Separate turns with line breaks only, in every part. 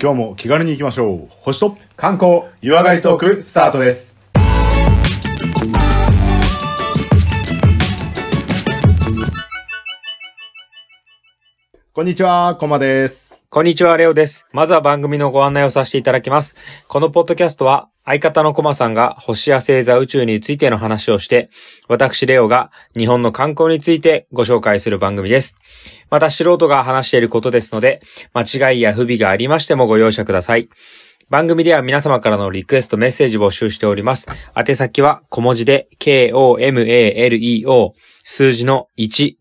今日も気軽に行きましょう星と
観光
湯上がりトークスタートですこんにちはこまです
こんにちは、レオです。まずは番組のご案内をさせていただきます。このポッドキャストは、相方のコマさんが星や星座宇宙についての話をして、私、レオが日本の観光についてご紹介する番組です。また、素人が話していることですので、間違いや不備がありましてもご容赦ください。番組では皆様からのリクエストメッセージ募集しております。宛先は小文字で KOMALEO 数字の15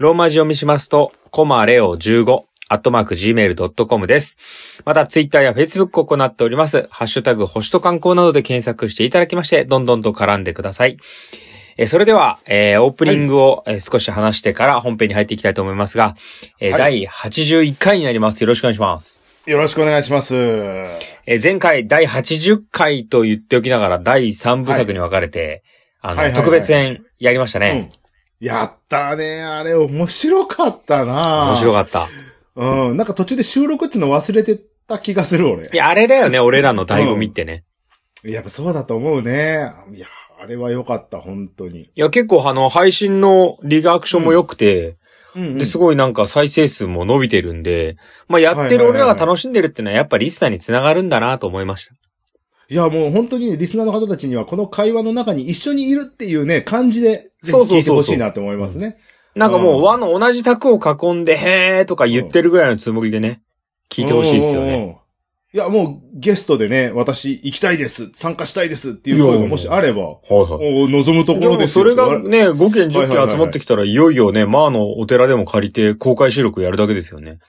ローマ字読みしますとコマレオ15アットマーク gmail.com です。またツイッターや Facebook を行っております。ハッシュタグ星と観光などで検索していただきましてどんどんと絡んでください。えーそれでは、えーオープニングを、えー少し話してから本編に入っていきたいと思いますが、えー
はい
第81回になります。よろしくお願いします。
よろしくお願いします
えー前回第80回と言っておきながら第3部作に分かれて、あの、
はいはいはい
特別編やりましたね。
うんやったねあれ面白かったな
面白
かっ
かった。
たうんなんか途中で収録っていうの忘れてた気がする俺
いや、あれだよね、俺らの醍醐味ってね。
やっぱそうだと思うねいやあれは良かった本当に
いや、結構あの、配信のリアクションも良くて、
うんうん
ですごいなんか再生数も伸びてるんで、まあ、や
はい
ってる
はいは
俺
い
らが楽しんでるってのはやっぱリスナーにつながるんだなと思いました。
いや、もう本当にリスナーの方たちには、この会話の中に一緒にいるっていうね、感じで、ぜひ
そうそ
聞
うそうそう
いてほしいなと思いますね。
なんかも
う
う、
ん
和の同じ卓を囲んで、へーとか言ってるぐらいのつもりでね、聞いてほしいですよ
うんうん
ね。
うん。いや、もうゲストでね、私行きたいです、参加したいですっていう声がもしあれば、
はいはい。
お望むとこ
で
ろ
も
です
そ
よ
れがね、5件
はいはい
10
はい
件集まってきたら、いよいよね、まああのお寺でも借りて公開収録やるだけですよね。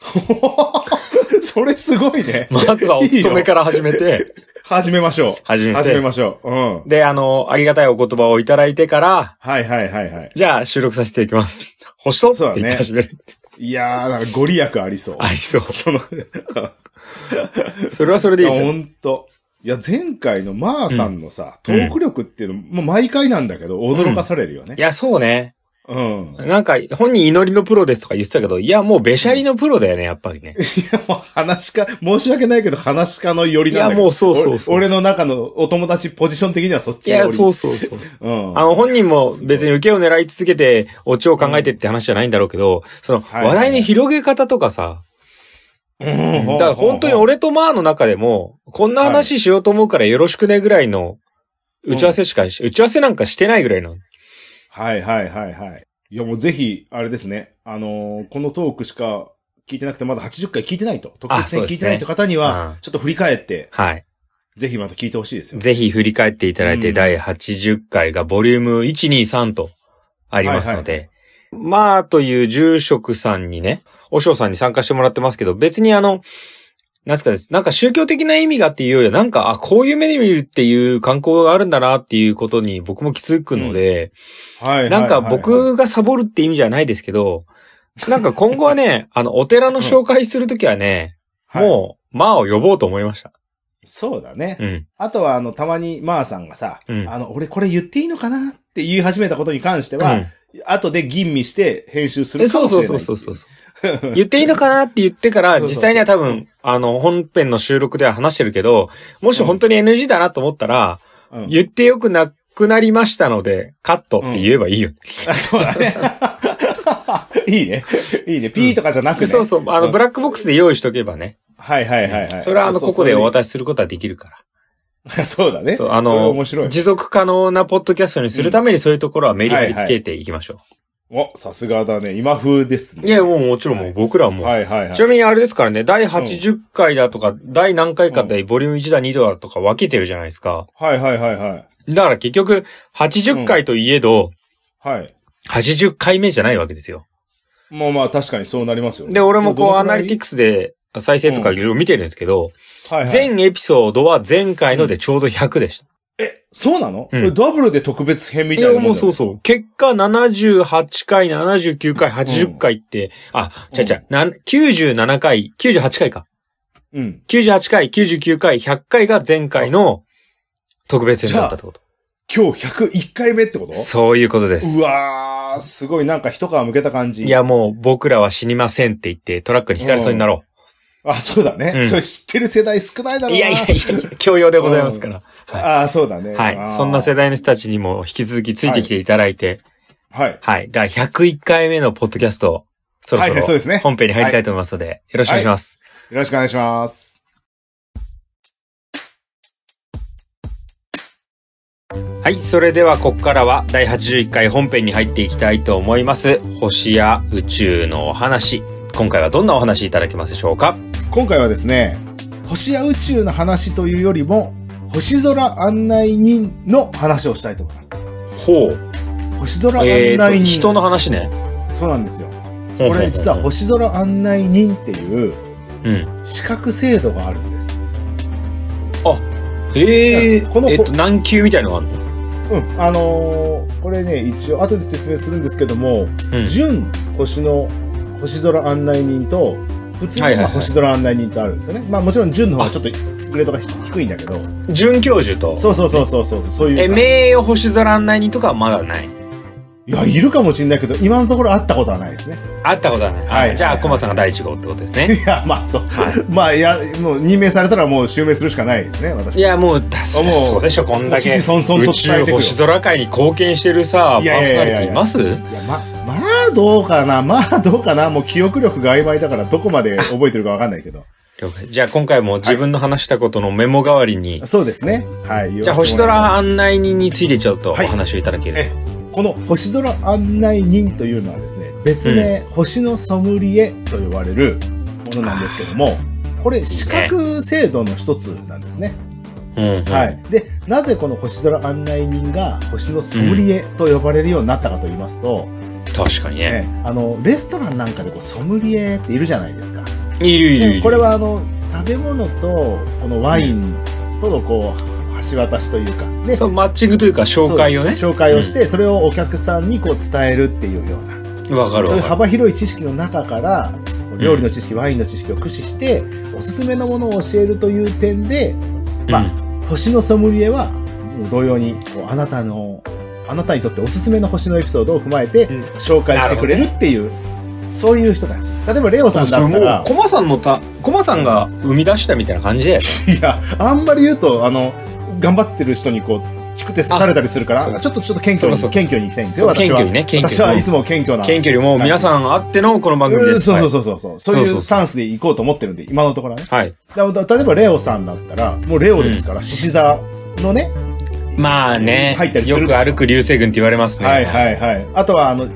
それすごいね。
まずはお勤めから始めて、
始めましょ
始
う。
め
始め
て。
ましょう。うん。
で、あの、ありがたいお言葉をいただいてから、
はいはいはいはい。
じゃあ収録させていきます。星とって言って始める。
いやー、なんかご利益ありそう。
ありそう。
その、
それはそれでいいです
や、
よ。
ほんと。いや、前回のマーさんのさ、トーク力っていうのも、もう毎回なんだけど、驚かされるよね
い。や、そうね。
うん。い
なんか、本人祈りのプロですとか言ってたけど、いや、もうべしゃりのプロだよね、やっぱりね。
や、もう話し家、申し訳ないけど、話し家の寄りなんだけど。
いやもうそうそうそう
俺俺の中のお友達ポジション的にはそっ
い
ち。
や、そううそうそう。
うん。
あの、本人も別に受けを狙い続けて、オチを考えてって話じゃないんだろうけど、その、
はいはい
話題の広げ方とかさ、
うん、
だから本当に俺とマーの中でも、こんな話しようと思うからよろしくねぐらいの、打ち合わせしかし、打ち合わせなんかしてないぐらいの。
はいはいはいはい。いや、もうぜひ、あれですね。あのーこのトークしか聞いてなくて、まだ80回聞いてないと。特別
そう
に
で
聞い
すね
てないという方には、
うん
ちょっと振り返って、
はい。
ぜひまた聞いてほしいですよ。
ぜひ振り返っていただいて、
うん
第80回がボリューム123とありますので、マーという住職さんにね、お尚さんに参加してもらってますけど、別にあの、なんすかです。なんか宗教的な意味がっていうよりは、なんか、あ、こういう目で見るっていう観光があるんだなっていうことに僕も気づくので、
はいはいはいはい
なんか、僕がサボるって意味じゃないですけど、なんか今後はね、あの、お寺の紹介するときはね、
はい
もう、まあを呼ぼうと思いました。
そうだね。
うん。
あとは、あの、たまに、まーさんがさ、
うん
あの、俺これ言っていいのかなって言い始めたことに関しては、
うん
後で吟味して編集す
え
るか
そ
も
う
しれ
そ
な
う
い
そうそうそう。
う。
言っていいのかなって言ってから、
そうそうそう
実際には多分、あの、本編の収録では話してるけど、もし本当に NG だなと思ったら、
うん
言ってよくなくなりましたので、カットって言えばいいよ。
あそうだね。いいね。いいね。ピーとかじゃなくね。
そうそう、あの、
うん
ブラックボックスで用意しとけばね。
はいはいはいはい。
それはあの、ここでお
終
渡しすることはできるから。
わそうだね。
そう、あ
それ
の
面白い、。
持続可能なポッドキャストにするためにそういうところはメリハリつけていきましょう。
お、さすがだね。今風ですね。
いや、もうもちろんも
は
う
い
僕らはもう。
はいはいはい。
ちなみにあれですからね、第80回だとか、第何回かでボリューム1だ2だとか分けてるじゃないですか。
はいはいはいはい。
だから結局、80回といえど、
はい。
80回目じゃないわけですよ。
まあまあ確かにそうなりますよね。
で、俺もこうアナリティ
ク
クスで再生とかいろいろ見てるんですけど、
ス。はいはい。
全エピソードは前回のでちょうど100でした。
そうなのこ
うん
れダブルで特別編み
い
たい
や、
なも
も
ん
う
じゃな
そう
い
そう。結果78回、79回、80回って、あ、ちゃちゃ、なん97回、98回か。
うん。
98回、99回、100回が前回の特別編だったってこと。
今日101回目ってこと
そういうことです。
うわー、すごいなんか一皮むけた感じ。
いや、もう僕らは死にませんって言ってトラックにひかれそうになろ
あ、そうだね。
うん
それ知ってる世代少ないだろうな。
いやいやいやいや、教養でございますから。は
ああ、そうだね。
い。はい。そんな世
代。
代の人たちにも引き続きついてきていただいて、
はい。
はい。第101回目のポッドキャスト、そろ
はいはい、
そ
そう
ろ
ですね。よ
本編に入りたいと思いますので、よろしくお願いします。
ろしくお願いします。
はい。それでは、ここからは第81回本編に入っていきたいと思います。星や宇宙のお話。今回はどんなお話いただけますでしょうか
今回はですね、星や宇宙の話というよりも、星空案内人の話をしたいと思います。
ほう。
星空案
えーと、
内人。
人の話ね。
そうなんですよ。
ほう
こ
ほうほ
れ
う
実は、星空案内人っていう
うん。
資格制度があるんです。
ええ
この
えっと、何級みたいのがあるの
うん。あのーこれね、一応後で説明するんですけども、
うん。
純星の星空案内人と、普通
はい
のまあ
はいはい
星空案内人とあるんですよね。まあもちろん純の方がちょっとグレードが低いんだけど、
准教授と、
そうそうそうそうそう、そういう。
え、名誉星空案内人とかはまだない。
いや、いるかもしれないけど、今のところ会ったことはないですね。
あったことはない。
はい
あじゃあ、コマさんが第一号ってことですね。
いや、まあそう。
はい。
まあいや、もう任命されたらもう襲名するしかないですね、私。
いや、もう、確かに
もう
そうでしょ、こんだけ
一時。孫々
宇
と伝
宙
えてくよ
星空界に貢献してるさ、パ
いや
ー
い
ソナ
やい
リ
や
テ
い
ィい
や
ます
いや、ま、まあどうかな、まあどうかな、もう記憶力が曖昧だからどこまで覚えてるかわかんないけど。
了解じゃあ今回も自分の話したことのメモ代わりに、
そうですね。はい。
じゃあ星空案内人についてちょっとお
はい
話をいただける。
えこの星空案内人というのはですね、別名、星のソムリエと呼ばれるものなんですけども、これ資格制度の一つなんですね。
うんうん
はい。で、なぜこの星空案内人が星のソムリエと呼ばれるようになったかと言いますと、
確かにね。
ねあの、レストランなんかでこうソムリエっているじゃないですか。
いるいるい
ね
る。
これはあの、食べ物と、このワインとのこう、橋渡しというか、で
そうマッチングというか紹介をね。
そうです紹介をして、それをお客さんにこう伝えるっていうような、
わかる
そうい
わ
う
か
幅広い知識の中から、こうん料理の知識、ワインの知識を駆使して、おすすめのものを教えるという点で、
る。
まあ
うん
星のソムリエは、もう同様に、こうあなたの、あなたにとっておすすめの星のエピソードを踏まえて
うん、
紹介してくれるっていう、そういう人たち。例えば、レオさんだ
そう
っ
も
た
う
ら、
コマさんのたコマさんが生み出したみたいな感じだよね。
いや、あんまり言うと、あの、頑張ってる人にこう、チクって刺されたりするか、
あそうから
ちょっとちょっと謙
そ
虚
うか
に、
そうか
謙虚に行きたいんです
そ
よ、
う謙
私は。
虚にね謙
私はい
虚
つ
に。
も謙虚な。
謙虚にもう皆さんあってのこの番組
う
で
ん
す。
そうそう
う。
そうそうそう。そう
そう
い
そう
う
そう
スタンスで行こうと思ってるんで、今のところはね。
はい。
だだ例えば、レオさんだったら、もうレオですから、獅子座のね。
まあね
入った、りす
よ
る
く歩く流星群って言われますね。
はいはいはい。あとは、あの、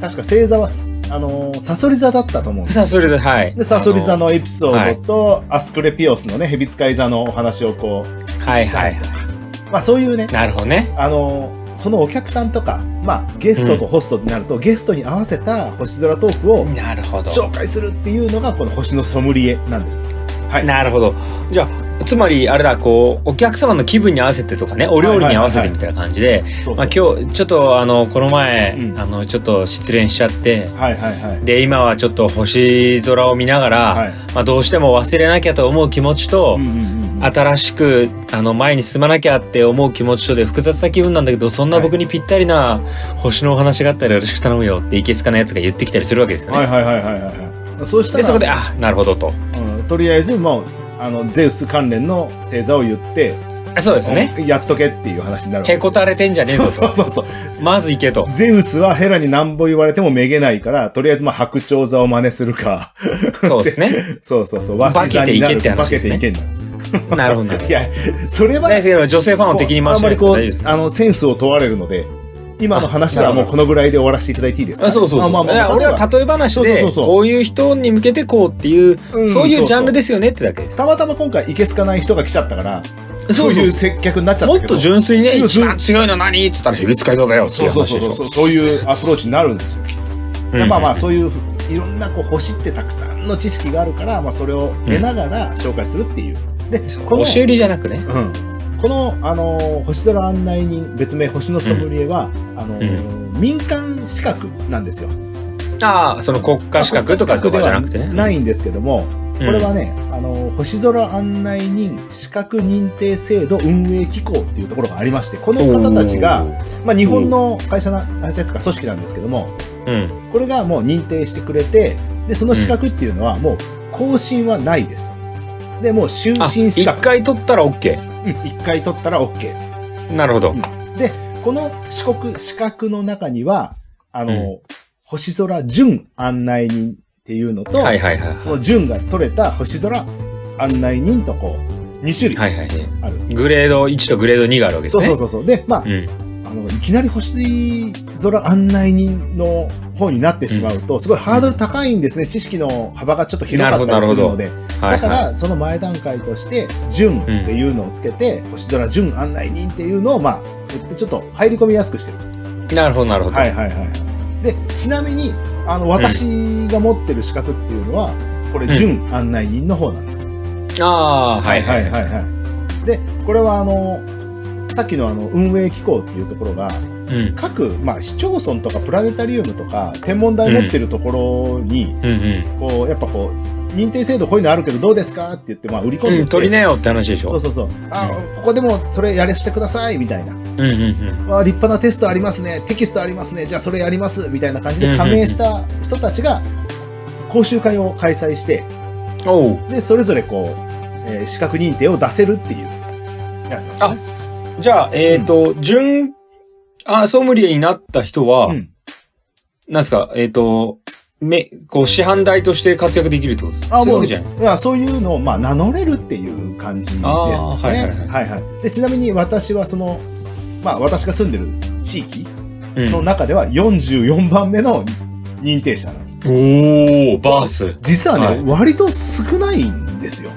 確か星座は、あのー、サソリ座だったと思うんです。
さあ、それで、はい。
で、サソリ座のエピソ
は
ード
い
と、アスクレピオスのね、蛇使い座のお話をこう、
あの。はいはいはい。
まあそういうね、
なるほどね。
あのー、そのお客さんとか、まあゲストとホストになると、ゲストに合わせた星空トークを
なるほど。
紹介するっていうのが、この星のソムリエなんです。はい。
なるほど。じゃあ、つまり、あれだ、こう、お客様の気分に合わせてとかね、お料理に合わせてみたいな感じで、
そうそう
まあ今日、ちょっとあの、この前、
うん
あの、ちょっと失恋しちゃって、
はいはいはい。
で、今はちょっと星空を見ながら、
はい。
まあどうしても忘れなきゃと思う気持ちと、
うんうんうんうん
新しく、あの、前に進まなきゃって思う気持ちとで複雑な気分なんだけど、そんな僕にぴったりな星のお話があったらよろしく頼むよっていけすかなやつが言ってきたりするわけですよね。
はいはいはいはいはい。そうしたら、
で、そこで、あ、なるほどと。
うんとりあえず、もう、あの、ゼウス関連の星座を言って、
あそうですね。
やっとけっていう話になるわけ
へこたれてんじゃねえぞ
そ
と。
うそうそうそう。
まず行けと。
ゼウスはヘラに何ぼ言われてもめげないから、とりあえずまあ白鳥座を真似するか、
そうですね。
そうそうそう、和紙座になる
化けていけって話ですね
化けていけんだ。
なるほど、なるほ
い
ど。
や、それは、
大好きな女性ファンを敵に回
あ
し
ん
て
ま
る
り
やつ大
こ
丈夫です
う、あの、センスを問われるので、今の話はもうこのぐらいで終わらせていただいていいですか、
あそうそうそう。
まあまあまあ、
俺は例え話
そうそう
で、
そうそう
こういう人に向けてこうっていう、
うん
そういうジャン
そう
ル
そう
ですよねってだけです。
たまたま今回いけすかない人が来ちゃったから、
そ
そう
そう
ういう接客になっちゃった
も
けど
っと純粋にね、
うん
一番強いの何って言ったらヘビ使いそうだよってい
そううそう
話でし
そ
ょ
う。そうそういうアプローチになるんですよきっと。
うん
まあまあそういういろんなこう星ってたくさんの知識があるから、まあ、それを得ながら紹介するっていう。でこの
押し売りじゃなくね。
うんこの、あのー星空案内人別名星のソムリエは、あのー民間資格なんですよ。
ああ、その国家資格とかとかじゃなくてね。
ないんですけども、
うん
これはね、あのー星空案内人資格認定制度運営機構っていうところがありましてこの方たちが、、まあ、日本の会社な会社とか組織なんですけども、
うん。
これがもう認定してくれて、で、その資格っていうのはもう更新はないです。で、もう就
あ、
寝資
一
格。
回取ったら OK。
うん一回取ったら OK。
なるほど。
この四国資格の中には、あの、星空準案内人っていうのと、
はいはいはい。
その準が取れた星空案内人とこう、2種類
はいはいはい。
あるんです、
グレード1とグレード2があるわけです
そう
ね。
そうそうそう。で、まあ、
うん。
あの、いきなり星空案内人の方になってしまうと、すごいハードル高いんですね。知識の幅がちょっと広かったりするので。
は
だ
い
か
は
ら、その前段階として、準っていうのをつけて、星空準案内人っていうのを、まあ、作って、ちょっと入り込みやすくしてる。
い。なるほどなるほど。
はいはいはい。で、ちなみに、あの、私が持ってる資格っていうのは、これ、
うん
準案内人の方なんです。
ああー、はいはい。
はいはい。で、これはあの、さっきのあの、運営機構っていうところが、
うん。
各、まあ、市町村とかプラネタリウムとか、天文台持ってるところに、
うんうん
こう、やっぱこう、認定制度こういうのあるけどどうですかって言って、まあ、売り込んでって、
うん。取りなよって話でし
そう
ょ。
そうそう。あ、
う
ここでもそれやらせてくださいみたいな。
うんうんうん。
あ立派なテストありますね。テキストありますね。じゃあそれやります。みたいな感じで加盟した人たちが、講習会を開催して、
おう。
で、それぞれこう、えー資格認定を出せるっていうやつなんですね。
じゃあ、えっ、と、準、あ、ソムリエになった人は、
うん。
なんですか、えっ、と、め、こう、師範代として活躍できるってことですか
あも
そう
う
いうわけじゃん。
いやそういうのを、まあ、名乗れるっていう感じですね。
あ
は
ー
い
はい
は
はい
い
はい
はいでちなみに私はその、まあ、私が住んでる地域
うん
の中では44番目の認定者なんです。
おー、バース。
実はね、
はい
割と少ないんですよ。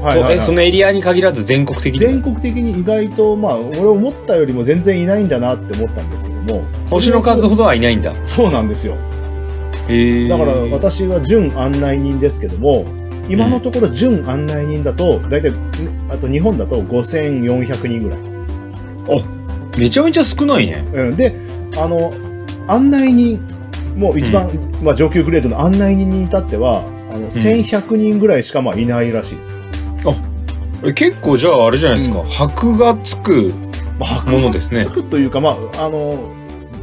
は
とえ、そのエリアに限らず全国的に。
全国的に意外と、まあ、俺思ったよりも全然いないんだなって思ったんですけども。
星の数ほどはいないんだ。
そうなんですよ。
へえ。
だから私は準案内人ですけども、今のところ準案内人だと、だいたい、あと日本だと5400人ぐらい。
めちゃめちゃ少ないね。
うん。で、あの、案内人、もう一番、まあ上級グレードの案内人に至っては、あの、1100人ぐらいしかまあいないらしいです。
え結構じゃああれじゃないですか。箔がつく。
まあ、
ものですね
つくというか、まあ、あの、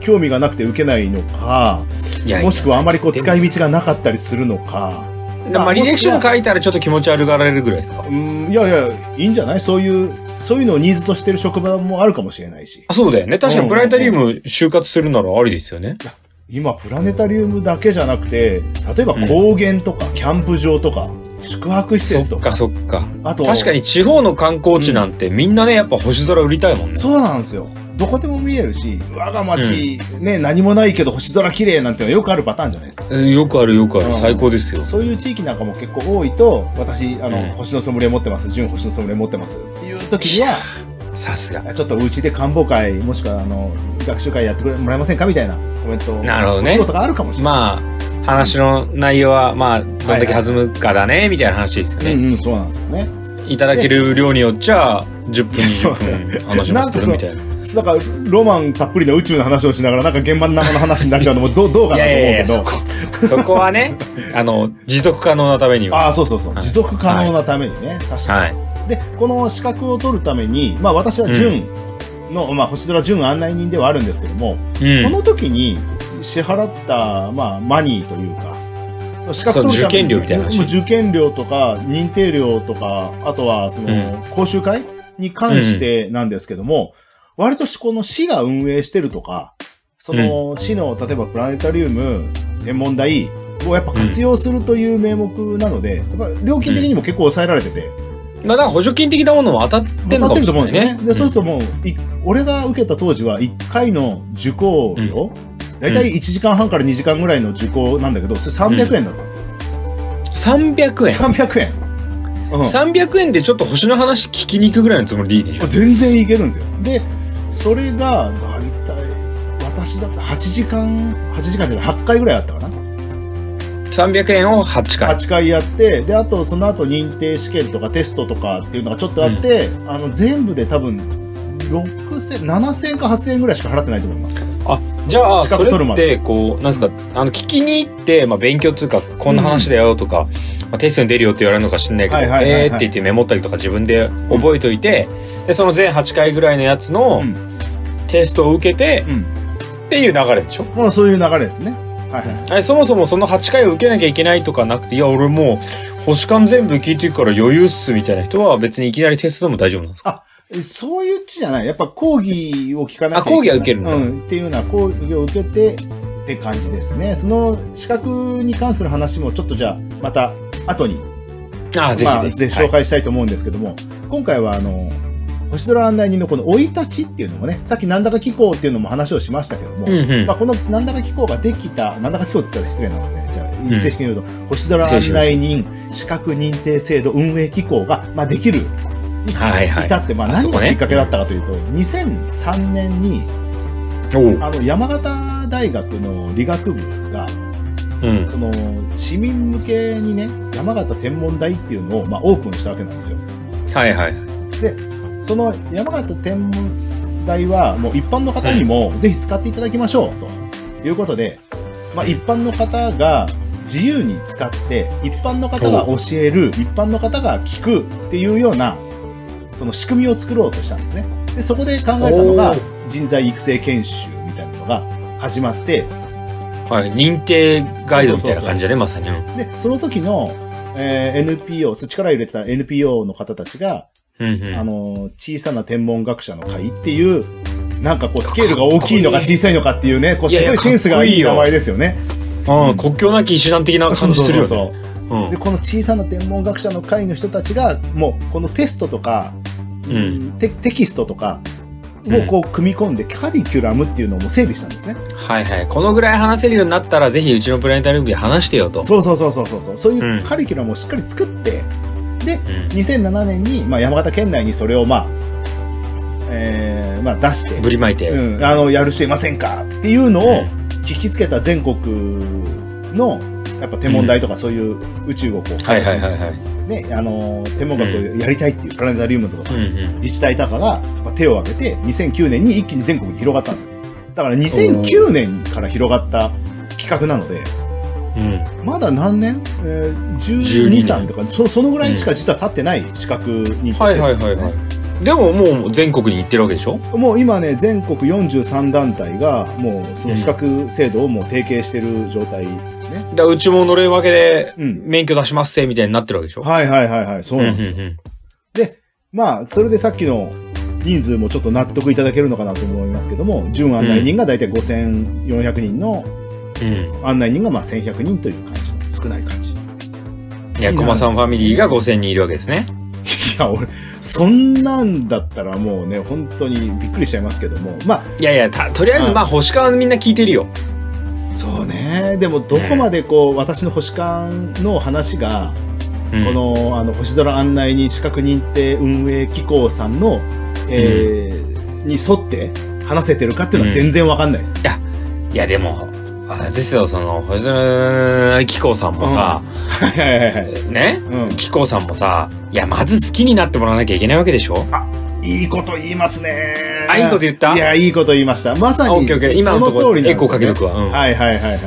興味がなくて受けないのか、
いやいや
もしくはあまりこう使い道がなかったりするのか、
まあ、
まあ
履歴書
もし
に
くは
書いたらちょっと気持ち悪がられるぐらいですか。
うん、いやいや、いいんじゃないそういう、そういうのをニーズとしてる職場もあるかもしれないし。
あ、そうだよね。確かにプラネタリウム就活するならありですよね。
今、プラネタリウムだけじゃなくて、例えば
うん
高原とか、キャンプ場とか、宿泊施
そ
設と
っ
か、
かそっか。
あと、
確かに地方の観光地なんてみんなね、やっぱ星空売りたいもんね。
そうなんですよ。どこでも見えるし、我が町、ね、何もないけど星空綺麗なんてのはよくあるパターンじゃないですか。
よくあるよくあ
う
る。
ん
最高ですよ。
そういう地域なんかも結構多いと、私、あの、
うん
星のソムリエ持ってます、純星のソムリエ持ってますっていう時には、
さすが。
ちょっとうちで官房会、もしくはあの、学習会やってくれもらえませんかみたいなコメント。
なるほどね
お仕事があるかもしれない。
まあ、話の内容は、まあ、どんだけ弾むかだね、みたいな話ですよ
う
ね。
んうん、そうなんですよね。
いただける量によっちゃ、10分、
いや そう
20分話しますけど、
なん
み
か
た
そ
いな。
なんか、ロマンたっぷりの宇宙の話をしながら、なんか現場の生の話になっちゃうのもどう、どうか
い
なと
やい
思う
やい
け
や、そ
ど
こ。、そこはね、あの、持続可能なためには。
ああ、そうそうそう。
はい
持続可能なためにね。確か
はい。
に。で、この資格を取るために、まあ私は準の、まあ星空準案内人ではあるんですけども、
う
こ
ん。
の時に支払った、まあ、マニーというか、資
そう受験料みたいな話
もう受験料とか、認定料とか、あとは、その、
うん
講習会に関してなんですけども、割としこの市が運営してるとか、その、市の、例えばプラネタリウム、天文台をやっぱ活用するという名目なので、やっぱ料金的にも結構抑えられてて、
まあ、なんか補助金的なものも当たってん
当
の
たっ
か
て
も
ると
し
思
れ
う
なんい
だよ
ね
ね。。で、そうするともう、い俺が受けた当時は1回の受講料、だいたい1時間半から2時間ぐらいの受講なんだけど、それ300円だったんですよ。
300円。
300円。うん。
300円でちょっと星の話聞きに行くぐらいのつもりでいいね
これ。全然いけるんですよ。で、それが、だいたい、私だったら8時間、8時間で8回ぐらいあったかな。
300円を8回。
8回やって、で、あとその後認定試験とかテストとかっていうのがちょっとあって、あの、全部で多分、6000、7000か8000円ぐらいしか払ってないと思います。
あ、じゃあ、
資格
それ
取るま
っ
で
て、こう、なんすか、あの、聞きに行って、まあ、勉強つうか、こんな話だよとか、まあ、テストに出るよって言われるのか知んないけど、
はいはいはいはい
えーって言ってメモったりとか自分で覚えといて、で、その全8回ぐらいのやつの
うん
テストを受けて、
うん。
っていう流れでしょ
まあそういう流れですね。はいはい。
えそもそもその8回を受けなきゃいけないとかなくて、いや、俺もう、星間全部聞いてるから余裕っすみたいな人は別にいきなりテストでも大丈夫なんですか
えそういうっちじゃない。やっぱ講義を聞かなきゃいけない
あ講義は受けるんだ
うん。っていうような講義を受けてって感じですね。その資格に関する話もちょっとじゃあ、また後に、
ああ、ぜ
まあ、
ひ
ぜ
ぜ
ひ
ひ。
紹介したいと思うんですけども、今回はあの、星空案内人のこの生い立ちっていうのもね、さっきなんだか機構っていうのも話をしましたけども、
はいうんうん。
まあ、このなんだか機構ができた、なんだか機構って言ったら失礼なので、じゃ
ん
あ、正式に言うと、星空案内人資格認定制度運営機構が、まあ、できる。
はいはい
至って、まあ、
あそ
何
こ
が
ね
きっかけだったかというと、2003年に、
おう
あの、山形大学の理学部が、
うん。
その、市民向けにね、山形天文台っていうのを、まあ、オープンしたわけなんですよ。
はいはい。
その、山形天文台は、もう一般の方にも、ぜひ使っていただきましょう、ということで、まあ、一般の方が自由に使って、一般の方が教える、一般の方が聞くっていうような、その仕組みを作ろうとしたんですね。で、そこで考えたのが
お、
人材育成研修みたいなのが始まって、
はい。認定ガイドみたいな感じだね、まさに。うん
で、その時の、えー NPO、そう力を入れてた NPO の方たちが、
うん
あ
う
の、小さな天文学者の会っていう、なんかこう、スケールが大きいのか小さいのかっていうね、こう、
いやい
す
や
ごいセンスがいい
かっ
名
こい
前
い
ですよね。
ん。うん。国境なき医師団的な感じするよね。う
で、
ん。
この小さな天文学者の会の人たちが、もう、このテストとか、
うん
テテキストとか、をこう、組み込んで、カリキュラムっていうのをもう整備したんですね。
はいはい。このぐらい話せるようになったら、ぜひうちのプラネタリウムで話してよと。
そうそうそうそうそうそう。そういうんカリキュラムをしっかり作って、で、
うん。
2007年に、まあ、山形県内にそれを、まあ、えー、まあ、出して、
ぶりまいて。
うん、あの、やる人いませんかっていうの
う
を
ん
聞きつけた全国の、やっぱ天文台とかそういう宇宙をこう、
はいはいはいはい。
ね、あの、天文学をやりたいっていうプラネタリウムとか
うんうん。
自治体とかがまあ手を挙げて、2009年に一気に全国に広がったんですよ。だから2009年から広がった企画なので、
うん。
まだ何年、えー、
12
?12、3とかそ、そのぐらいしか実は経ってない資格に、
はいはいはいは。い。でももう全国に行ってるわけでしょ
もう今ね、全国43団体が、もうその資格制度をもう提携してる状態ですね。
だからうちも乗れるわけで、
うん
免許出しますせ、みたいになってるわけでしょ
はいはいはいはい、そう
う
なんですよ。
んうん
まあ、それでさっきの人数もちょっと納得いただけるのかなと思いますけども、準案内人が大体5400人の
うん
案内人がまあ1100人という感じの少ない感じ。い
いや、駒さんファミリーが5000人いるわけですね。
や、俺、そんなんだったらもうね、本当にびっくりしちゃいますけども、まあ、
いやいや、たとりあえず、まあ、星川みんな聞いてるよ。
そうね。でも、どこまでこう、私の星間の話が、
う
こ
ん、
の、あの、星空案内人資格認定運営機構さんの、えーに沿って話せてるかっていうのは全然わかんないです。
いや、でも、あれですよ、その、星野紀子さんもさ、
はいはいはいはい。
ね
うん。
紀子さんもさ、いや、まず好きになってもらわなきゃいけないわけでしょ
いいこと言いますね。
あいいこと言った
いや、いいこと言いました。まさ
あ、オッ
に、
ケーオッケー。今のとこ
そ
ろ、
通りなんですよね
エコーかけとくわ。うん。
はいはいはいはい。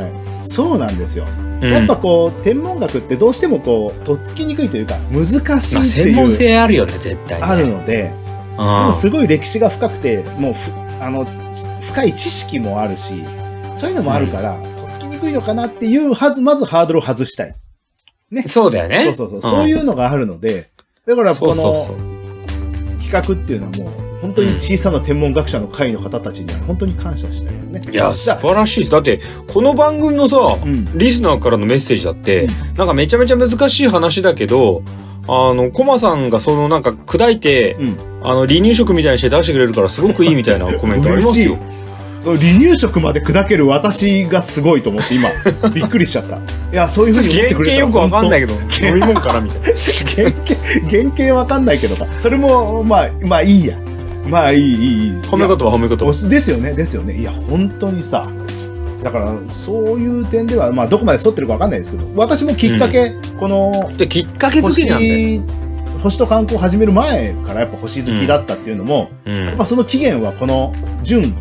そうなんですよ。
うん
やっぱこう、天文学ってどうしてもこう、とっつきにくいというか、難しい
まあ、
っていう。
専門性あるよね、絶対ね。
あるので、
うん。
で
は
もすごい歴史が深くて、もうふ、あの、深い知識もあるし、そういうのもあるから、とっつきにくいのかなっていう、はず、まずハードルを外したい。
いそうだよね。
そうそうそう。そういうのがあるので、だからこ
そ
の、
うそうそう。
企画っていうのはもう、本当に小さな天文学者の会の方たちには本当に感謝したいですね。
いや、素晴らしいです。だって、この番組のさ、
うん。
リスナーからのメッセージだって、なんかめちゃめちゃ難しい話だけど、あの、コマさんがそのなんか砕いて、
うん。
あの、離乳食みたいにして出してくれるからすごくいいみたいなコメントあります
嬉しい
よ。。
その離乳食まで砕ける私がすごいと思って今、びっくりしちゃった。いや、そういう
ちょ
ふう
っと
に言ってく
原
れた
型よくわかんない
い。
けど、
原
飲み物かなみ たいな。
原型、原型わかんないけどか。それも、まあ、まあいいや。まあいい、いい、いい。
褒め言葉褒め言葉。
おですよね、ですよね。いや、本当にさ、だから、そういう点では、まあ、どこまで沿ってるかわかんないですけど、私もきっかけ、この、
で、きっかけ作
星
りなんだよ。
星と観光を始める前からやっぱ星好きだったっていうのも、
う
やっぱその起源はこの準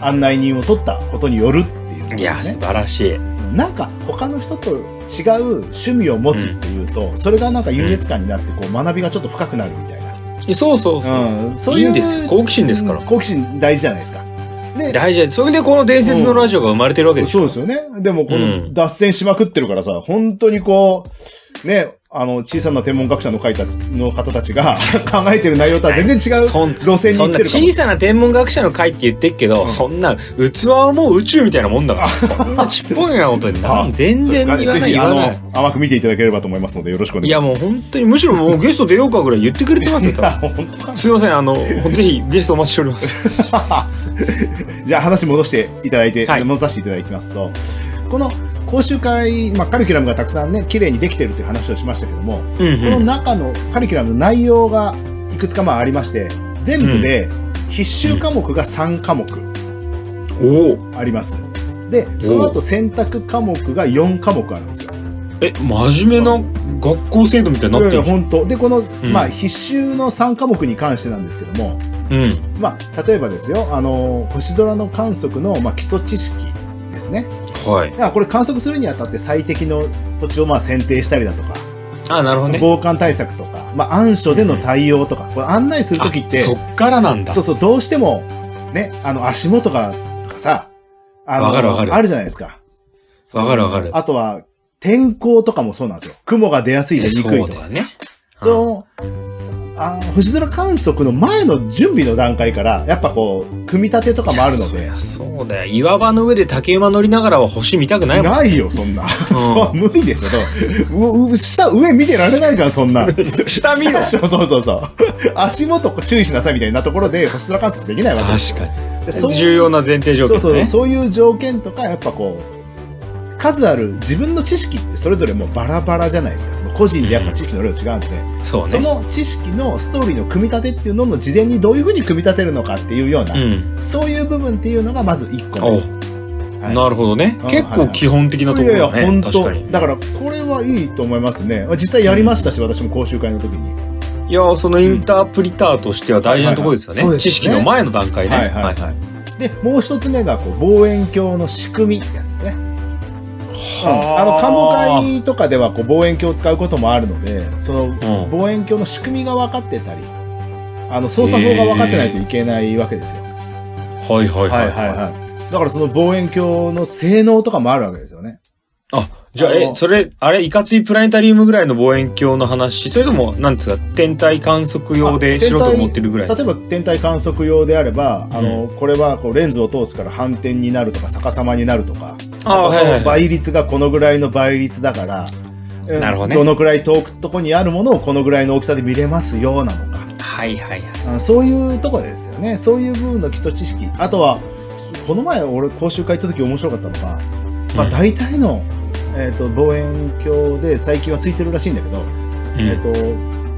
案内人を取ったことによるっていう、
ん。いや、素晴らしい。
なんか他の人と違う趣味を持つっていうと、それがなんか優越感になってこう学びがちょっと深くなるみたいな。
そうそうそう。
うん、そう
い
いう
いん
ん
ですよ好奇心ですから
好奇心大事じゃないですか。で、
大事だそれでこの伝説のラジオが生まれてるわけでしょ。
そうですよね。でも、こ
う
の
ん
脱線しまくってるからさ、本当にこう、ね、あの、小さな天文学者の書いた、の方たち が考えてる内容とは全然違う
そん
路線に
そ
行っ
ん
て
な
るから。
小さな天文学者の会って言ってっけど、そんな器はもう宇宙みたいなもんだから、そんなちっぽけなことにな
あ
ん全
そ
然言
う
わ
ですか
な
ぜ
い
ひ、
言
あ
わない。
の、甘く見ていただければと思いますので、よろしくお願い
い
し
やもう本当に、むしろもうゲスト出ようかぐらい言ってくれてます よ、多分
ます。本当か
すいません、あの、ぜひゲストお待ちしております。
じゃあ話戻していただいて、
はい
戻させていただきますと、この講習会、まあ、カリキュラムがたくさんね、綺麗にできてるという話をしましたけども、
うん
この中のカリキュラムの内容がいくつかまあありまして、全部で必修科目が3科目
うん。おお。
あります。で、その後選択科目が4科目あるんですよ。
え、真面目な学校制度みたいになっ
い
て
や
る
いや本当。で、この、
ん
まあ必修の3科目に関してなんですけども、
うん。
まあ例えばですよ、あの、星空の観測の、まあ、基礎知識ですね。
はい
だ。からこれ観測するにあたって最適の土地をまあ選定したりだとか、
あ、なるほどね。
防寒対策とか、まあ暗所での対応とか、これ案内するときって、
あそっからなんだ。
そうそう、どうしても、ね、あの、足元が、とかさ、あの
わかるわかる
あるじゃないですか。
わかるわかる。
あとは、天候とかもそうなんですよ。雲が出やすい、出
え
に
そう
くいと
だよ
か。
ね。
そう、あの星空観測の前の準備の段階から、やっぱこう、組み立てとかもあるの
い
で
や。そりゃそうだよ。岩場の上で竹馬乗りながらは星見たくないもん。
ないよ、そんな。そう、無理でしょ。うう下、上見てられないじゃん、そんな。
下見ろ
下 そうそうそうそう。足元注意しなさいみたいなところで星空観測できないわけです
確かに。
でそう
重要な前提条件ね。
そうそうそういう条件とかやっぱこう数ある自分の知識ってそれぞれもうバラバラじゃないですかその個人でやっぱ知識の量違うんで、
そう
そ
ね。
の知識のストーリーの組み立てっていうのも事前にどういうふうに組み立てるのかっていうような、
うん。
そういう部分っていうのがまず1個
お
目
うなるほどね
うん。
結構基本的なところ
いやい
だ
や本
ね。確か
当
に。
だからこれはいいと思いますね実際やりましたし、私も講習会の時に
いや、そのインタープリターとしては大事なところですよ
はいは
ね。
いそう
知
です
識
よね
の前の段階ね。
はいはい
はい。
でもう一つ目がこう望遠鏡の仕組みってやつですねうんあの官房
は
会とかではこう望遠鏡を使うこともあるのでその
あうん
望遠鏡の仕組みが分かってたりあの操作法が分かってないといけないわけですよ。
はいはいはいはい。
い。だからその望遠鏡の性能とかもあるわけですよね。
じゃあ、
あの
え、それ、あれ、いかついプラネタリウムぐらいの望遠鏡の話、それとも、なんですか、天体観測用
あ
で
天体
素人が持ってるぐら
例
い。
えば天体観測用であれば、あの、これはこうレンズを通すから反転になるとか逆さまになるとか、
ああ、はいはいはい。
倍率がこのぐらいの倍率だから、うん
なるほどね
どのくらい遠くとこにあるものをこのぐらいの大きさで見れますよなのか。
はいはいはい。
あそういうとこですよね。そういう部分の基礎知識。あとは、この前俺講習会行った時面白かったのが、ま
う
あ
ん
大体の、えっ、と、望遠鏡で最近はついてるらしいんだけど、
う
えっ、
ん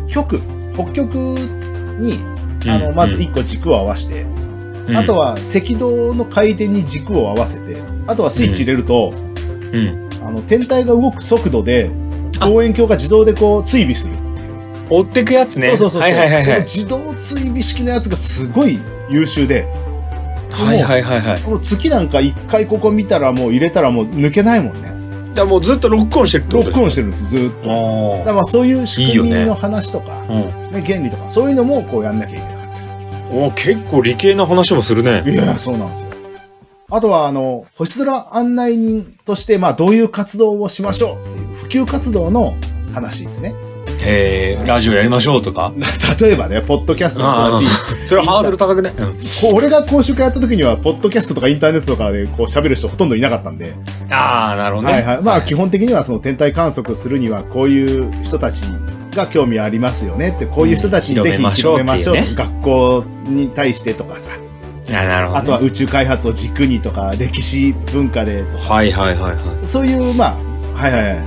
と、極、北極に、
うん
あの、まず
うん
1個軸を合わせて、
うん
あとは赤道の回転に軸を合わせて、あとはスイッチ入れると、
うん
あの、天体が動く速度で、望遠鏡が自動でこう追尾する。
追ってくやつね。
そうそうそうそう。
はいはいはい
こ
は
の
い。
自動追尾式のやつがすごい優秀で、
はいはいはいはい。
もう月なんか一回ここ見たらもう入れたらもう抜けないもんね。
じゃあもうずっとロックオンしてるって
ロ
こと
ックオンしてるんです、ずーっと。だから
あ
まあそういう仕組
いいよ
み
ね
の話とか、
あ。
ね
うん。
原理とか、そういうのもこうやんなきゃいけなかったり
お結構理系な話もするね
す。。いやいや、そうなんですよ。あとは、あの、星空案内人として、まあどういう活動をしましょうっていう普及活動の話ですね。
へえ、ラジオやりましょう とか。
例えばね、ポッドキャストの話、
それはハードル高くね。うん
こう俺が講習会やった時には、ポッドキャストとかインターネットとかでこう喋る人ほとんどいなかったんで、
ああ、なるほどね。
はいはい。まあ、基本的にはその天体観測するには、こういう人たちが興味ありますよねって、こういう人たちに
うん
ぜひ広
広
め
め
ま
ま
し
し
ょう。
ょうっていうね
学校に対してとかさ、
あなるほどね。
あとは宇宙開発を軸にとか、歴史文化でとか、
はいはいはいはい。
そういう、まあ、はいはいはい。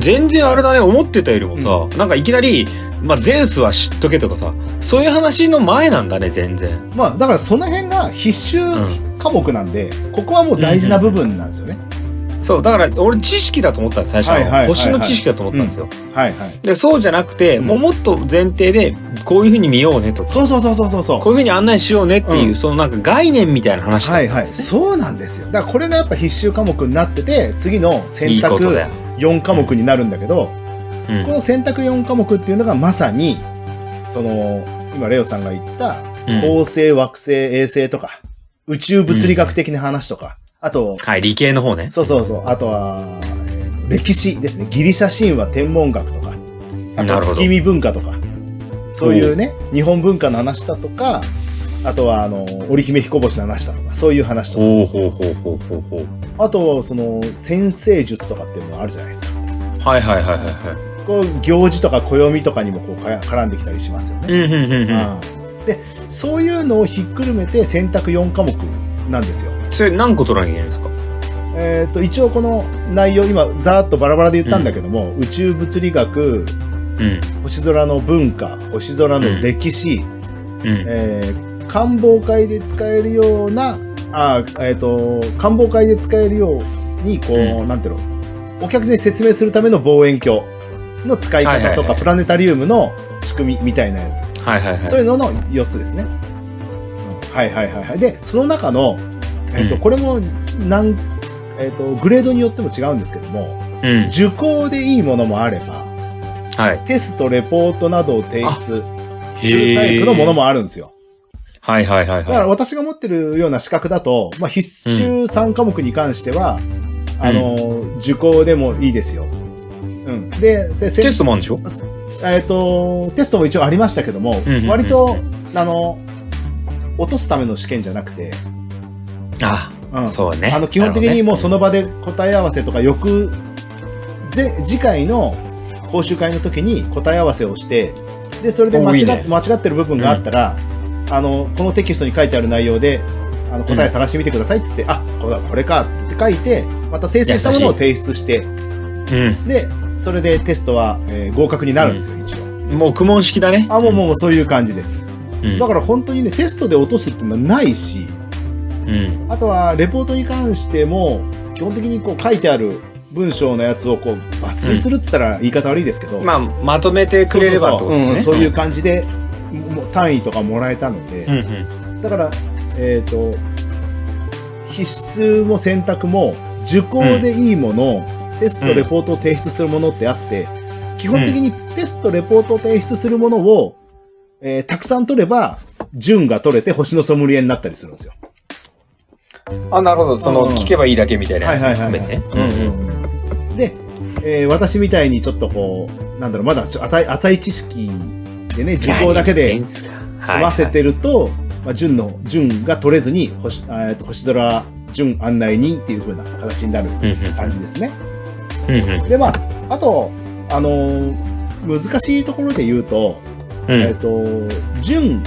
全然あれだね思ってたよりもさ、なんかいきなり、まあ、ゼウスは知っとけとかさそういう話の前なんだね全然
まあ、だからその辺が必修
ん
科目なんで、ここはもう大事な部分なんですよね。
そうだから俺知識だと思ったんです最初は,、
はいはいはいはい
星の知識だと思ったんですよ、
はいはい。
でそうじゃなくて、
うん
もうもっと前提でこういうふうに見ようねとか
そうそうそうそうそうそう。
こういうふうに案内しようねっていう、
うん
そのなんか概念みたいな話だ
はいはい。そうなんですよ。だからこれがやっぱ必修科目になってて、次の
い
選
いこ
択
とだよ、
4科目になるんだけど、
うん
この選択4科目っていうのがまさに、その、今レオさんが言った、
うん
恒星、惑星、衛星とか、宇宙物理学的な話とか、あと、
はい、理系の方ね。
そうそうそう、あとは、えー歴史ですね。ギリシャ神話天文学とか、あ
な
と
るほど
月見文化とか、そういうね、日本文化の話だとか、あとは、あの、織姫彦星の話だとか、そういう話とか、
ほうほうほうほうほうほう。
あと、その、先生術とかっていうのがあるじゃないですか。
はいはいはいはいは
こう、行事とか暦とかにもこう、かや絡んできたりしますよ
い。
ね。
うんうんうんうん。
うんで、そういうのをひっくるめて選択4科目なんですよ。
それ何個取らなきゃいけないんですか
えっ、と、一応この内容、今、ざーっとバラバラで言ったんだけども、宇宙物理学、
うん。
星空の文化、星空の歴史、
うん。
えー官房会で使えるような、あーえっ、と、官房会で使えるように、こう、
う
なんていうの、お客さんに説明するための望遠鏡の使い方とか、
はいはいはい
プラネタリウムの仕組みみたいなやつ、
はいはいは
そう
い。
いうのの4つですね。うんはいはいはいはい。で、その中の、えっ、と、
うん
これも、なん、えっ、と、グレードによっても違うんですけども、
うん。
受講でいいものもあれば、
はい。
テスト、レポートなどを提出するタイプのものもあるんですよ。
はいはいはい
だから
は
私が持ってるような資格だと、まあ、必修3科目に関しては、あの、受講でもいいですよ。うん。で、せ
い。
せ
テストもあるんでしょ
えっ、と、テストも一応ありましたけども、
んうんうん
割と、あの、落とすための試験じゃなくて、
あ
うん。
あ、そうね。
あの、基本的にもうそ
の、
の場で答え合わせとか、翌、で、次回の講習会の時に答え合わせをして、で、それで間違っ
おーいいね
間違ってる部分があったら、あの、このテキストに書いてある内容で、あの、答え探してみてくださいって言って、あ、これだこれかって書いて、また訂正したものを提出して、
う
で、それでテストは、えー合格になるんですよ、一応。
ん。もう苦問式だね。
あ、もうもうそういう感じです。
うん。
だから本当にね、テストで落とすっていうのはないし、
うん。
あとは、レポートに関しても、基本的にこう書いてある文章のやつをこう抜粋するって言ったら言い方悪いですけど、
まあ、まとめてくれればってことですね。
そうそうそううんそういう感じで、もう単位とかもらえたの
うん
で、
うん。
だから、えっ、と、必須も選択も、受講でいいもの、テスト、
うん
レポートを提出するものってあって、基本的にテスト、レポートを提出するものを、えーたくさん取れば、順が取れて星のソムリエになったりするんですよ。
あ、なるほど。そ
うん
の、聞けばいいだけみたいなやつも
はいはい
含
はい
めてね。うんうん。
で、えー私みたいにちょっとこう、なんだろう、まだちょ浅い浅い知識でね、受講だけで済ませてると、まあ、順の、順が取れずに、星、あーえっと星空順案内人っていう風な形になる
うんうん
感じですね。
うんうん
で、まあ、あと、あのー難しいところで言うと、
うん
えっ、と、順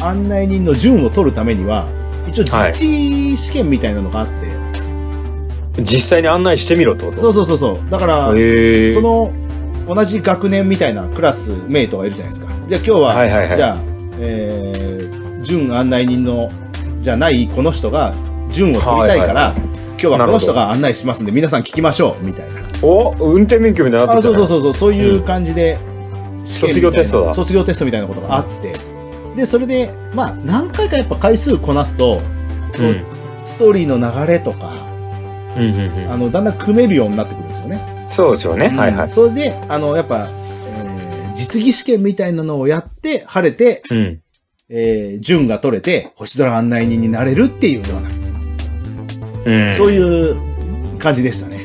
案内人の順を取るためには、一応実地試験みたいなのがあって、
実際に案内してみろってこと
そうそうそうそう。だから、
へえ
その同じ学年みたいなクラスメイトがいるじゃないですか。じゃあ今日は、
はいはいはい
じゃあ、えー、準案内人の、じゃないこの人が、準を取りたいから、
はいはい
今日はこの人が案内しますんで、皆さん聞きましょう、みたいな。
お運転免許みたいにな
あ
って
そう
きた
そう
ね
そうそう、そういう感じで、試験みたいな
卒業テストだ
卒業テストみたいなことがあって。で、それで、まあ、何回かやっぱ回数こなすと、その
うん
ストーリーの流れとか、
うんうんう
あの、だんだん組めるようになってくるんですよね。
んそうでしょうねはいは
うん
い
それで、あの、やっぱ、えー実技試験みたいなのをやって、晴れて、
うん
えー、順が取れて、星空案内人になれるっていうような、
うん
そういう感じでしたね。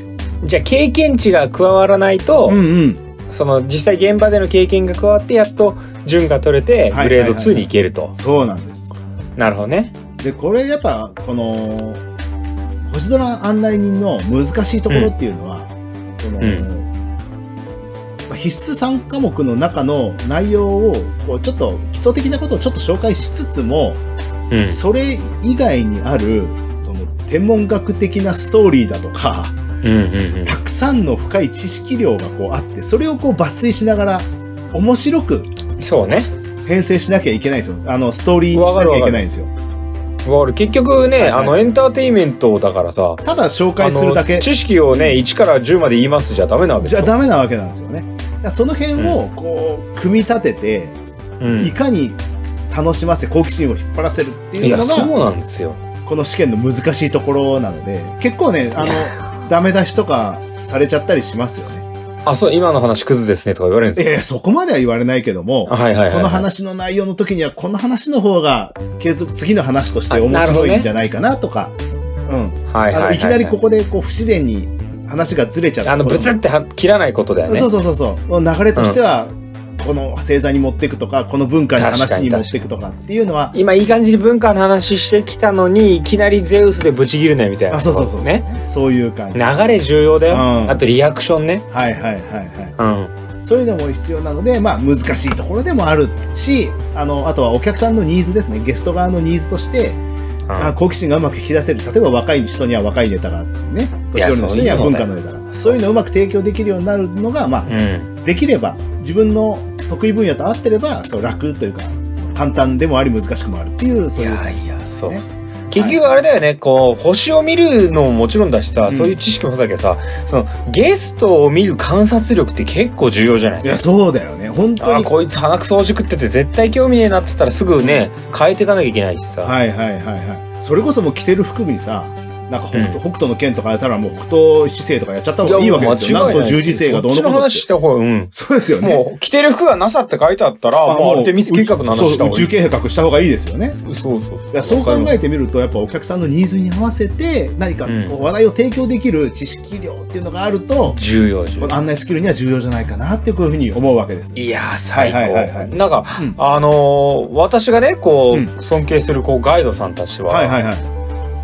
じゃあ経験値が加わらないと
うんうん。
その実際現場での経験が加わってやっと順が取れ
はい
て
はいはい
グレード2に行けると
そうなんです。
なるほどね
で、これやっぱ、この、星空案内人の難しいところっていうのは、その、
うん
まあ必須3科目の中の内容を、こう、ちょっと基礎的なことをちょっと紹介しつつも、
うん
それ以外にある、その天文学的なストーリーだとか、
うんうんうん
たくさんの深い知識量がこうあって、それをこう抜粋しながら、面白く
そうね
編成しなきゃいけないんですよ。あの、ストーリーにしなきゃいけないんですよ。
わかる結局
はい
ね
はい
あのエンターテインメントだからさ
ただ紹
あ
介するだ
の
け
知識をね1から10まで言いますじゃダメなわけです
じゃ
よ
ダメなわけなんですよね。だからその辺をこう、組み立てて、
うん
いかに楽しませ、好奇心を引っ張らせるって
い
いう
や
の
そ
が、
うなんですよ
この試験の難しいところなので、結構ね、あ
いや
の、ダメ出しとかされちゃったりしますよね。
あ、そう、今の話クズですねとか言われるんです
え
か
えそこまでは言われないけども、
あはいはいはいはい。
この話の内容の時には、この話の方が継続、次の話として面
あなるほど
白
ね
いんじゃないかなとか、うん。あ
はいはいは
の
い。
いきなりここでこう不自然に話がずれちゃった
あの、
こと
ブツっては切らないことだよね。
そうそうそうそう。流れとしては、この星座に持っていくとか、この文化の話に持っていくとかっていうのは、
今いい感じに文化の話してきたのに、いきなりゼウスでブチ切るねみたいな。
あ、そうそうそう。
ね。。
そういう感じ。
流
はい
れ重要だよ。
うん
あとリアクションね。
はいはいはい。
うん。
そういうのも必要なので、まあ難しいところでもあるし、あの、あとはお客さんのニーズですね。ゲスト側のニーズとして、あ好奇心がうまく引き出せる。例えば若い人には若いネタがあってね。
い
年
や
寄りの人には
そう
文
だ
化
よ
のネタがあって。そういうのをうまく提供できるようになるのが、まあ、
うん。
できれば自分の得意分野と合ってればそう楽というか簡単でもあり難しくもあるっていう
い
そういう
やいや、そう
ね。
結局あれだよね、こう、星を見るのももちろんだしさ、
うん
そういう知識もそうだけどさ、その、ゲストを見る観察力って結構重要じゃない
い
で
や
すか。
そうだよね本当
あー
に
こいつ鼻くそほじくってて絶対興味ねえなっつったらすぐね、変えていかなきゃいけないしさ。
はいはいはいはいそれこそもう着てる服にさなんか北斗,、
う
北
ん
斗の剣とかやったらもう北斗姿勢とかやっちゃった方がいいわけですよ
や
な
も
ん
う間違い
と
ない
十字性がどう
そ
の
っちの
ことっ
話してた方が、うん。
そうですよね
もう着てる服が NASA って書いてあったら、
あ
もう
も
アルテミス計画の話した
そう宇
方がい
宙
い。
計画した方がいいですよね
そうそうそう
いやそう考えてみるとやっぱお客さんのニーズに合わせて何かこ
うん
う話題を提供できる知識量っていうのがあると、
重要重
こ
要
の。案内スキルには重要じゃないかなっていうこういうふうに思うわけです。
いやー、最高。
はいはいはいはい
なんか、
うん
あのー私がね、こう、
うん
尊敬するこうガイドさんたちは、
はいはいはい。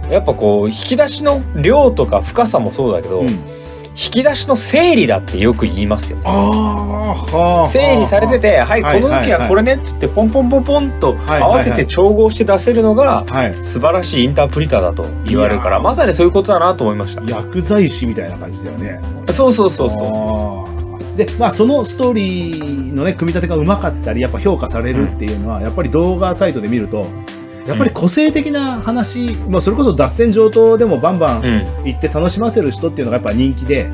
やっぱこう、引き出しの量とか深さもそうだけど、
うん
引き出しの整理だってよく言いますよね。
ああ、はあ。
整理されてて、はい、
はい
この時はこれねっつって、ポンポンポンポン
は
と
いはい
合わせて調合して出せるのが、
はあ。はい。
素晴らしいインタープリターだと言われるか
い
ら、
やー
まさにそういうことだなと思いました。
薬剤師みたいな感じだよね。
そうそうそうそうそう。
う。で、まあ、そのストーリーのね、組み立てがうまかったり、やっぱ評価されるっていうのは、やっぱり動画サイトで見ると、やっぱり個性的な話、まあ、それこそ脱線上等でもバンバン
うん。
行って楽しませる人っていうのがやっぱ人気で、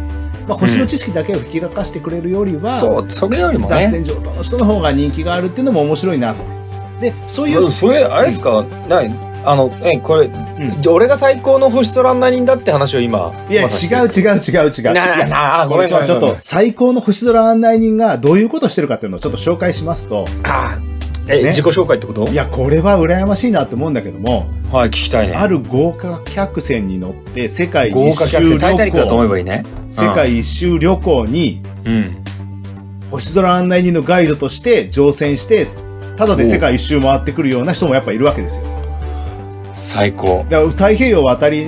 まあ、星の知識だけを引き出かしてくれるよりは、
そう、それよりも
脱
ね。
線上等の人の方が人気があるっていうのも面白いなと。で、そういう、
うんそれ、あれですか、なあの、え、これ、
ん
俺が最高の星空何人だって話を今。
いや、違
まさ
う違う違う違
に。
う。
なあなあなあ、ご
これ
めん
じゃあちょっと。最高の星空案内人がどういうことをしてるかっていうのをちょっと紹介しますと、
あえ、
ね
自己紹介ってこと
いや、これは羨ましいなって思うんだけども、
はい、聞きたいね。
ある豪華客船に乗って世界
豪
一
華
周
客船、タイタ
旅
ニックだと思え
行、
ばいいね。
世界一周旅行に
うん。
星空案内人のガイドとして乗船して、ただで世界一周回ってくるような人もやっぱいるわけですよ。
最高。
だから太平洋を渡り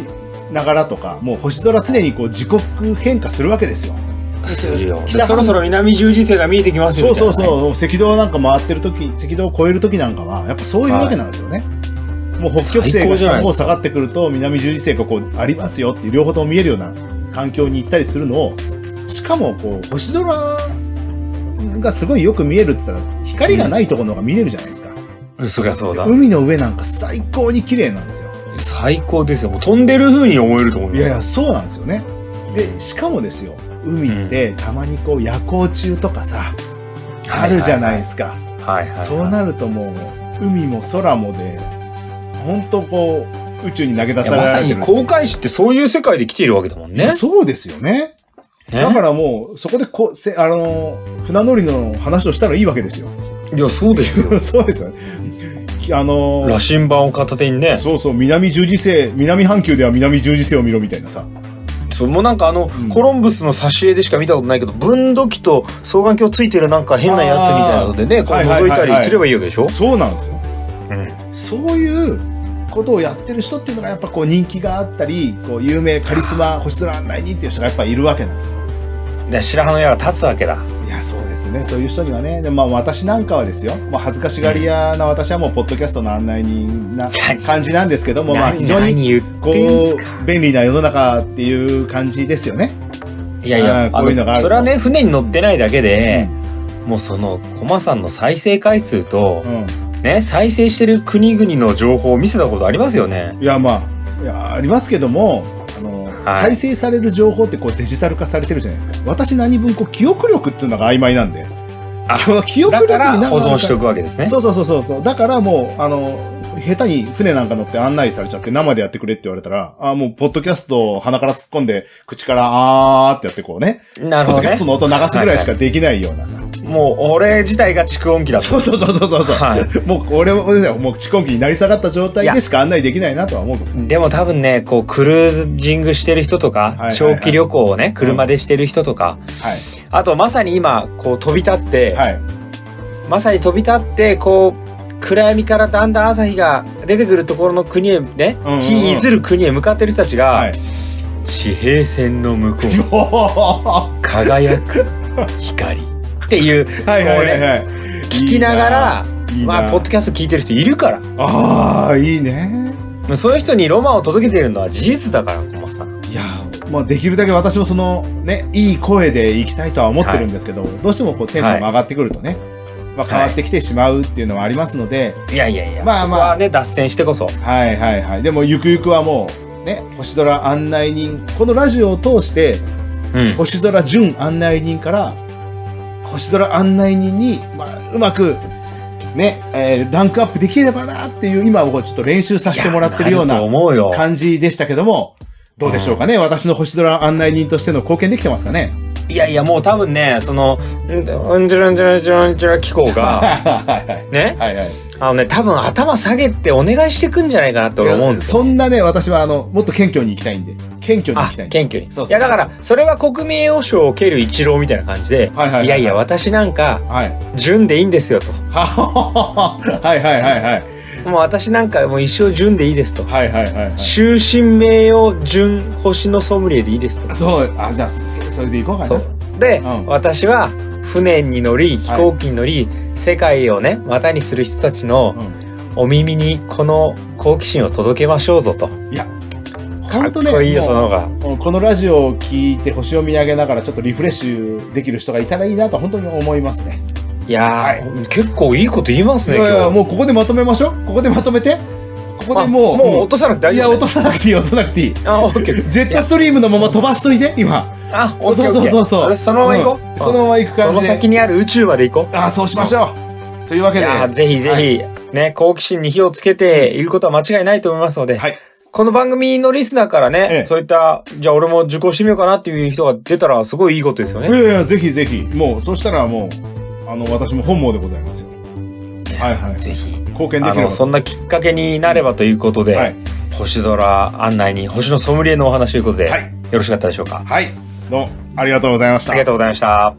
ながらとか、もう星空常にこう時刻変化するわけですよ。
するよ。で
北半
そろそろ南十字星が見えてきます
そ
よ。
うそう
みたいなね
そう、赤道なんか回ってる時赤道を越える時なんかは、やっぱそういうわけなんですよね。もう北極星
最高
が
じゃ
下
ない
の
ですか
方下がってくると、南十字星がこうありますよっていう両方とも見えるような環境に行ったりするのを、しかもこう星空がすごいよく見えるって言ったら、光がないところの方が見えるじゃないですか。
うん。そりゃそうだ。
海の上なんか最高に綺麗なんですよ。
最高ですよ。もう飛んでる風に思えると思い
い
ます。
やいや、そうなんですよね。で、しかもですよ、海ってたまにこう夜行中とかさ、あるじゃないですすか。
か。はいはいはい。
そうなるともう海も空もで本当こう宇宙に投げ出
いや
され
ま
ら
さ
れて
に
る
航海士ってそういう世界で来ているわけだもんね。
そうですよね
ね
だからもうそこでこうせあの船乗りの話をしたらいいわけですよ
いや、そうですよ。
そうですよねあの
羅針盤を片手にね。
そうそう南十字星南半球では南十字星を見ろみたいなさ
そうもうなんかあの、
ん
コロンブスの挿絵でしか見たことないけど、分度器と双眼鏡ついてるなんか変なやつみたいなのでね、こう
はいはい
覗
はいいはい
たりすればいいわけでしょ、
そうなんですよ
うん
そういうことをやってる人っていうのがやっぱこう人気があったりこう有名カリスマ星空案内人っていう人がやっぱいるわけなんですよ
で白羽の矢が立つわけだ。
いや、そうですね。そういう人にはね。でまあ、私なんかはですよ。もう恥ずかしがり屋な私はもう、ポッドキャストの案内人な感じなんですけども、まあ、非常に、
何言って
こ
んすか
う、便利な世の中っていう感じですよね。
いやいや、
あーこういうのがある
それはね、船に乗ってないだけで、もうその、コマさんの再生回数と
う、ん。
ね、再生してる国々の情報を見せたことありますよね。
いや、まあ、いや、ありますけども、あの、
い
再生される情報ってこうデジタル化されてるじゃないですか。私何分こう、記憶力っていうのが曖昧なんで。
あ
この記憶
だ
力
か
に
ら
なん
保存してお
く。
くわけですね。
そうそうそうそうそう。だからもう、あの、下手に船なんか乗って案内されちゃって生でやってくれって言われたら、あーもうポッドキャストを鼻から突っ込んで、口からあーってやってこうね。
な
ポ
る
ッド
ほど
キャ
ね
スト。の音流すぐらいしかできないようなさ。
もう、俺自体が蓄音機だと。
そうそうそうそうそうそう。
はい。
もう俺は、俺はもう遅刻になり下がった状態
い
で
や
しか案内できないなとは思うけど。
でも多分ね、こう、クルージングしてる人と
いはい
か
は、い
長期旅行をね、車でしてる人とか、
はい。
あとまさに今、こう、飛び立って、
はい。
まさに飛び立って、こう、暗闇からだんだん朝日が出てくるところの国へね
うんうんうん、
日いずる国へ向かってる人たち
は
が
い、。
地平線の向こう、
は
輝く光っていう、
いはいはいはい。
聞きながら、
いいな、
まあ、ポッドキャスト聞いてる人いるから。
ああ、いいね。
もうそういう人にロマンを届けてるのは事実だから、コマさん。
いや、まあ、できるだけ私もその、ね、いい声で行きたいとは思ってるんですけど、どうしてもこうテンションが上がってくるとね、まあ、変わってきてしまうっていうのはありますので、
いやいやいや、
まあまあ
そこはね、脱線してこそ。
はいはいはい。でも、ゆくゆくはもう、ね、星空案内人、このラジオを通して、
うん。
星空準案内人から、星空案内人に、まあ、うまく、ね、えーランクアップできればなっていう、今僕ちょっと練習させてもらってるよう
いや
な
ると思うよ。
感じでしたけども、どうでしょうかね、私の星空案内人としての貢献できてますかね
いやいや、もう多分ね、その、うんじゅらんじゅらんじゅらんじゅら機構が、
はいはい
ね、
はいはい。
あのね、多分頭下げてお願いしてくんじゃないかなって俺思うんですよ。
そんなね、私はあの、もっと謙虚に行きたいんで。謙虚に行
あ
きたいん、で。
謙虚に。
そうそうそう
いや、だから、それは国民栄誉賞を蹴る一郎みたいな感じで、
はいはいはいはい
いやいや、私なんか、
はい。
純でいいんですよと。
はははいはいはいはい。
もう私なんか、もう一生純でいいですと。
はいはいはいはい。
終身名誉純星のソムリエでいいですと。
そう、あ、じゃあ、そそそれで行こうかな。
そうで、
うん
私は船に乗り飛行機に乗り、世界をね股にする人たちの
うん
お耳にこの好奇心を届けましょうぞと
いや、
か
本
っ
当ね、
こいいよ
もう
その方が
もうこのラジオを聞いて星を見上げながらちょっとリフレッシュできる人がいたらいいなと本当に思いますね。
いやー、結構いいこと言います
いや
ね
いや
今日
もうここでまとめましょう。ここでまとめて。ここでもう、
あもう落とさなくて
い
大
や、
丈夫、ね、
落とさなくていい、落とさなくていい。
あオッケー
ジェットストリームのまま飛ばしといて、今。
あオッケ ー
そうそうそうそう
オッケーそのまま行こう、
んそのまま行く感じ
そ
で。
の先にある宇宙まで行こう
ああ、そうしましょう。というわけ
い
で。
やーぜひぜひ、
は
ね好奇心に火をつけていることは間違いないと思いますので、
はい。
この番組のリスナーからね、
ええ
そういったじゃあ俺も受講してみようかなっていう人が出たらすごいいいことですよね
いやいや、ぜひぜひ。もう、そしたらもう、あの、私も本望でございますよ。はいはい。
ぜひ。
貢献で
あ
きれ
の、
ば
そ
と。
んなきっかけになればということで、
はい。
星空案内に星のソムリエのお話ということで、
は
よ
い。
ろしかったでしょうか。
はい。どうも、ありがとうございました
あり。がとうございました。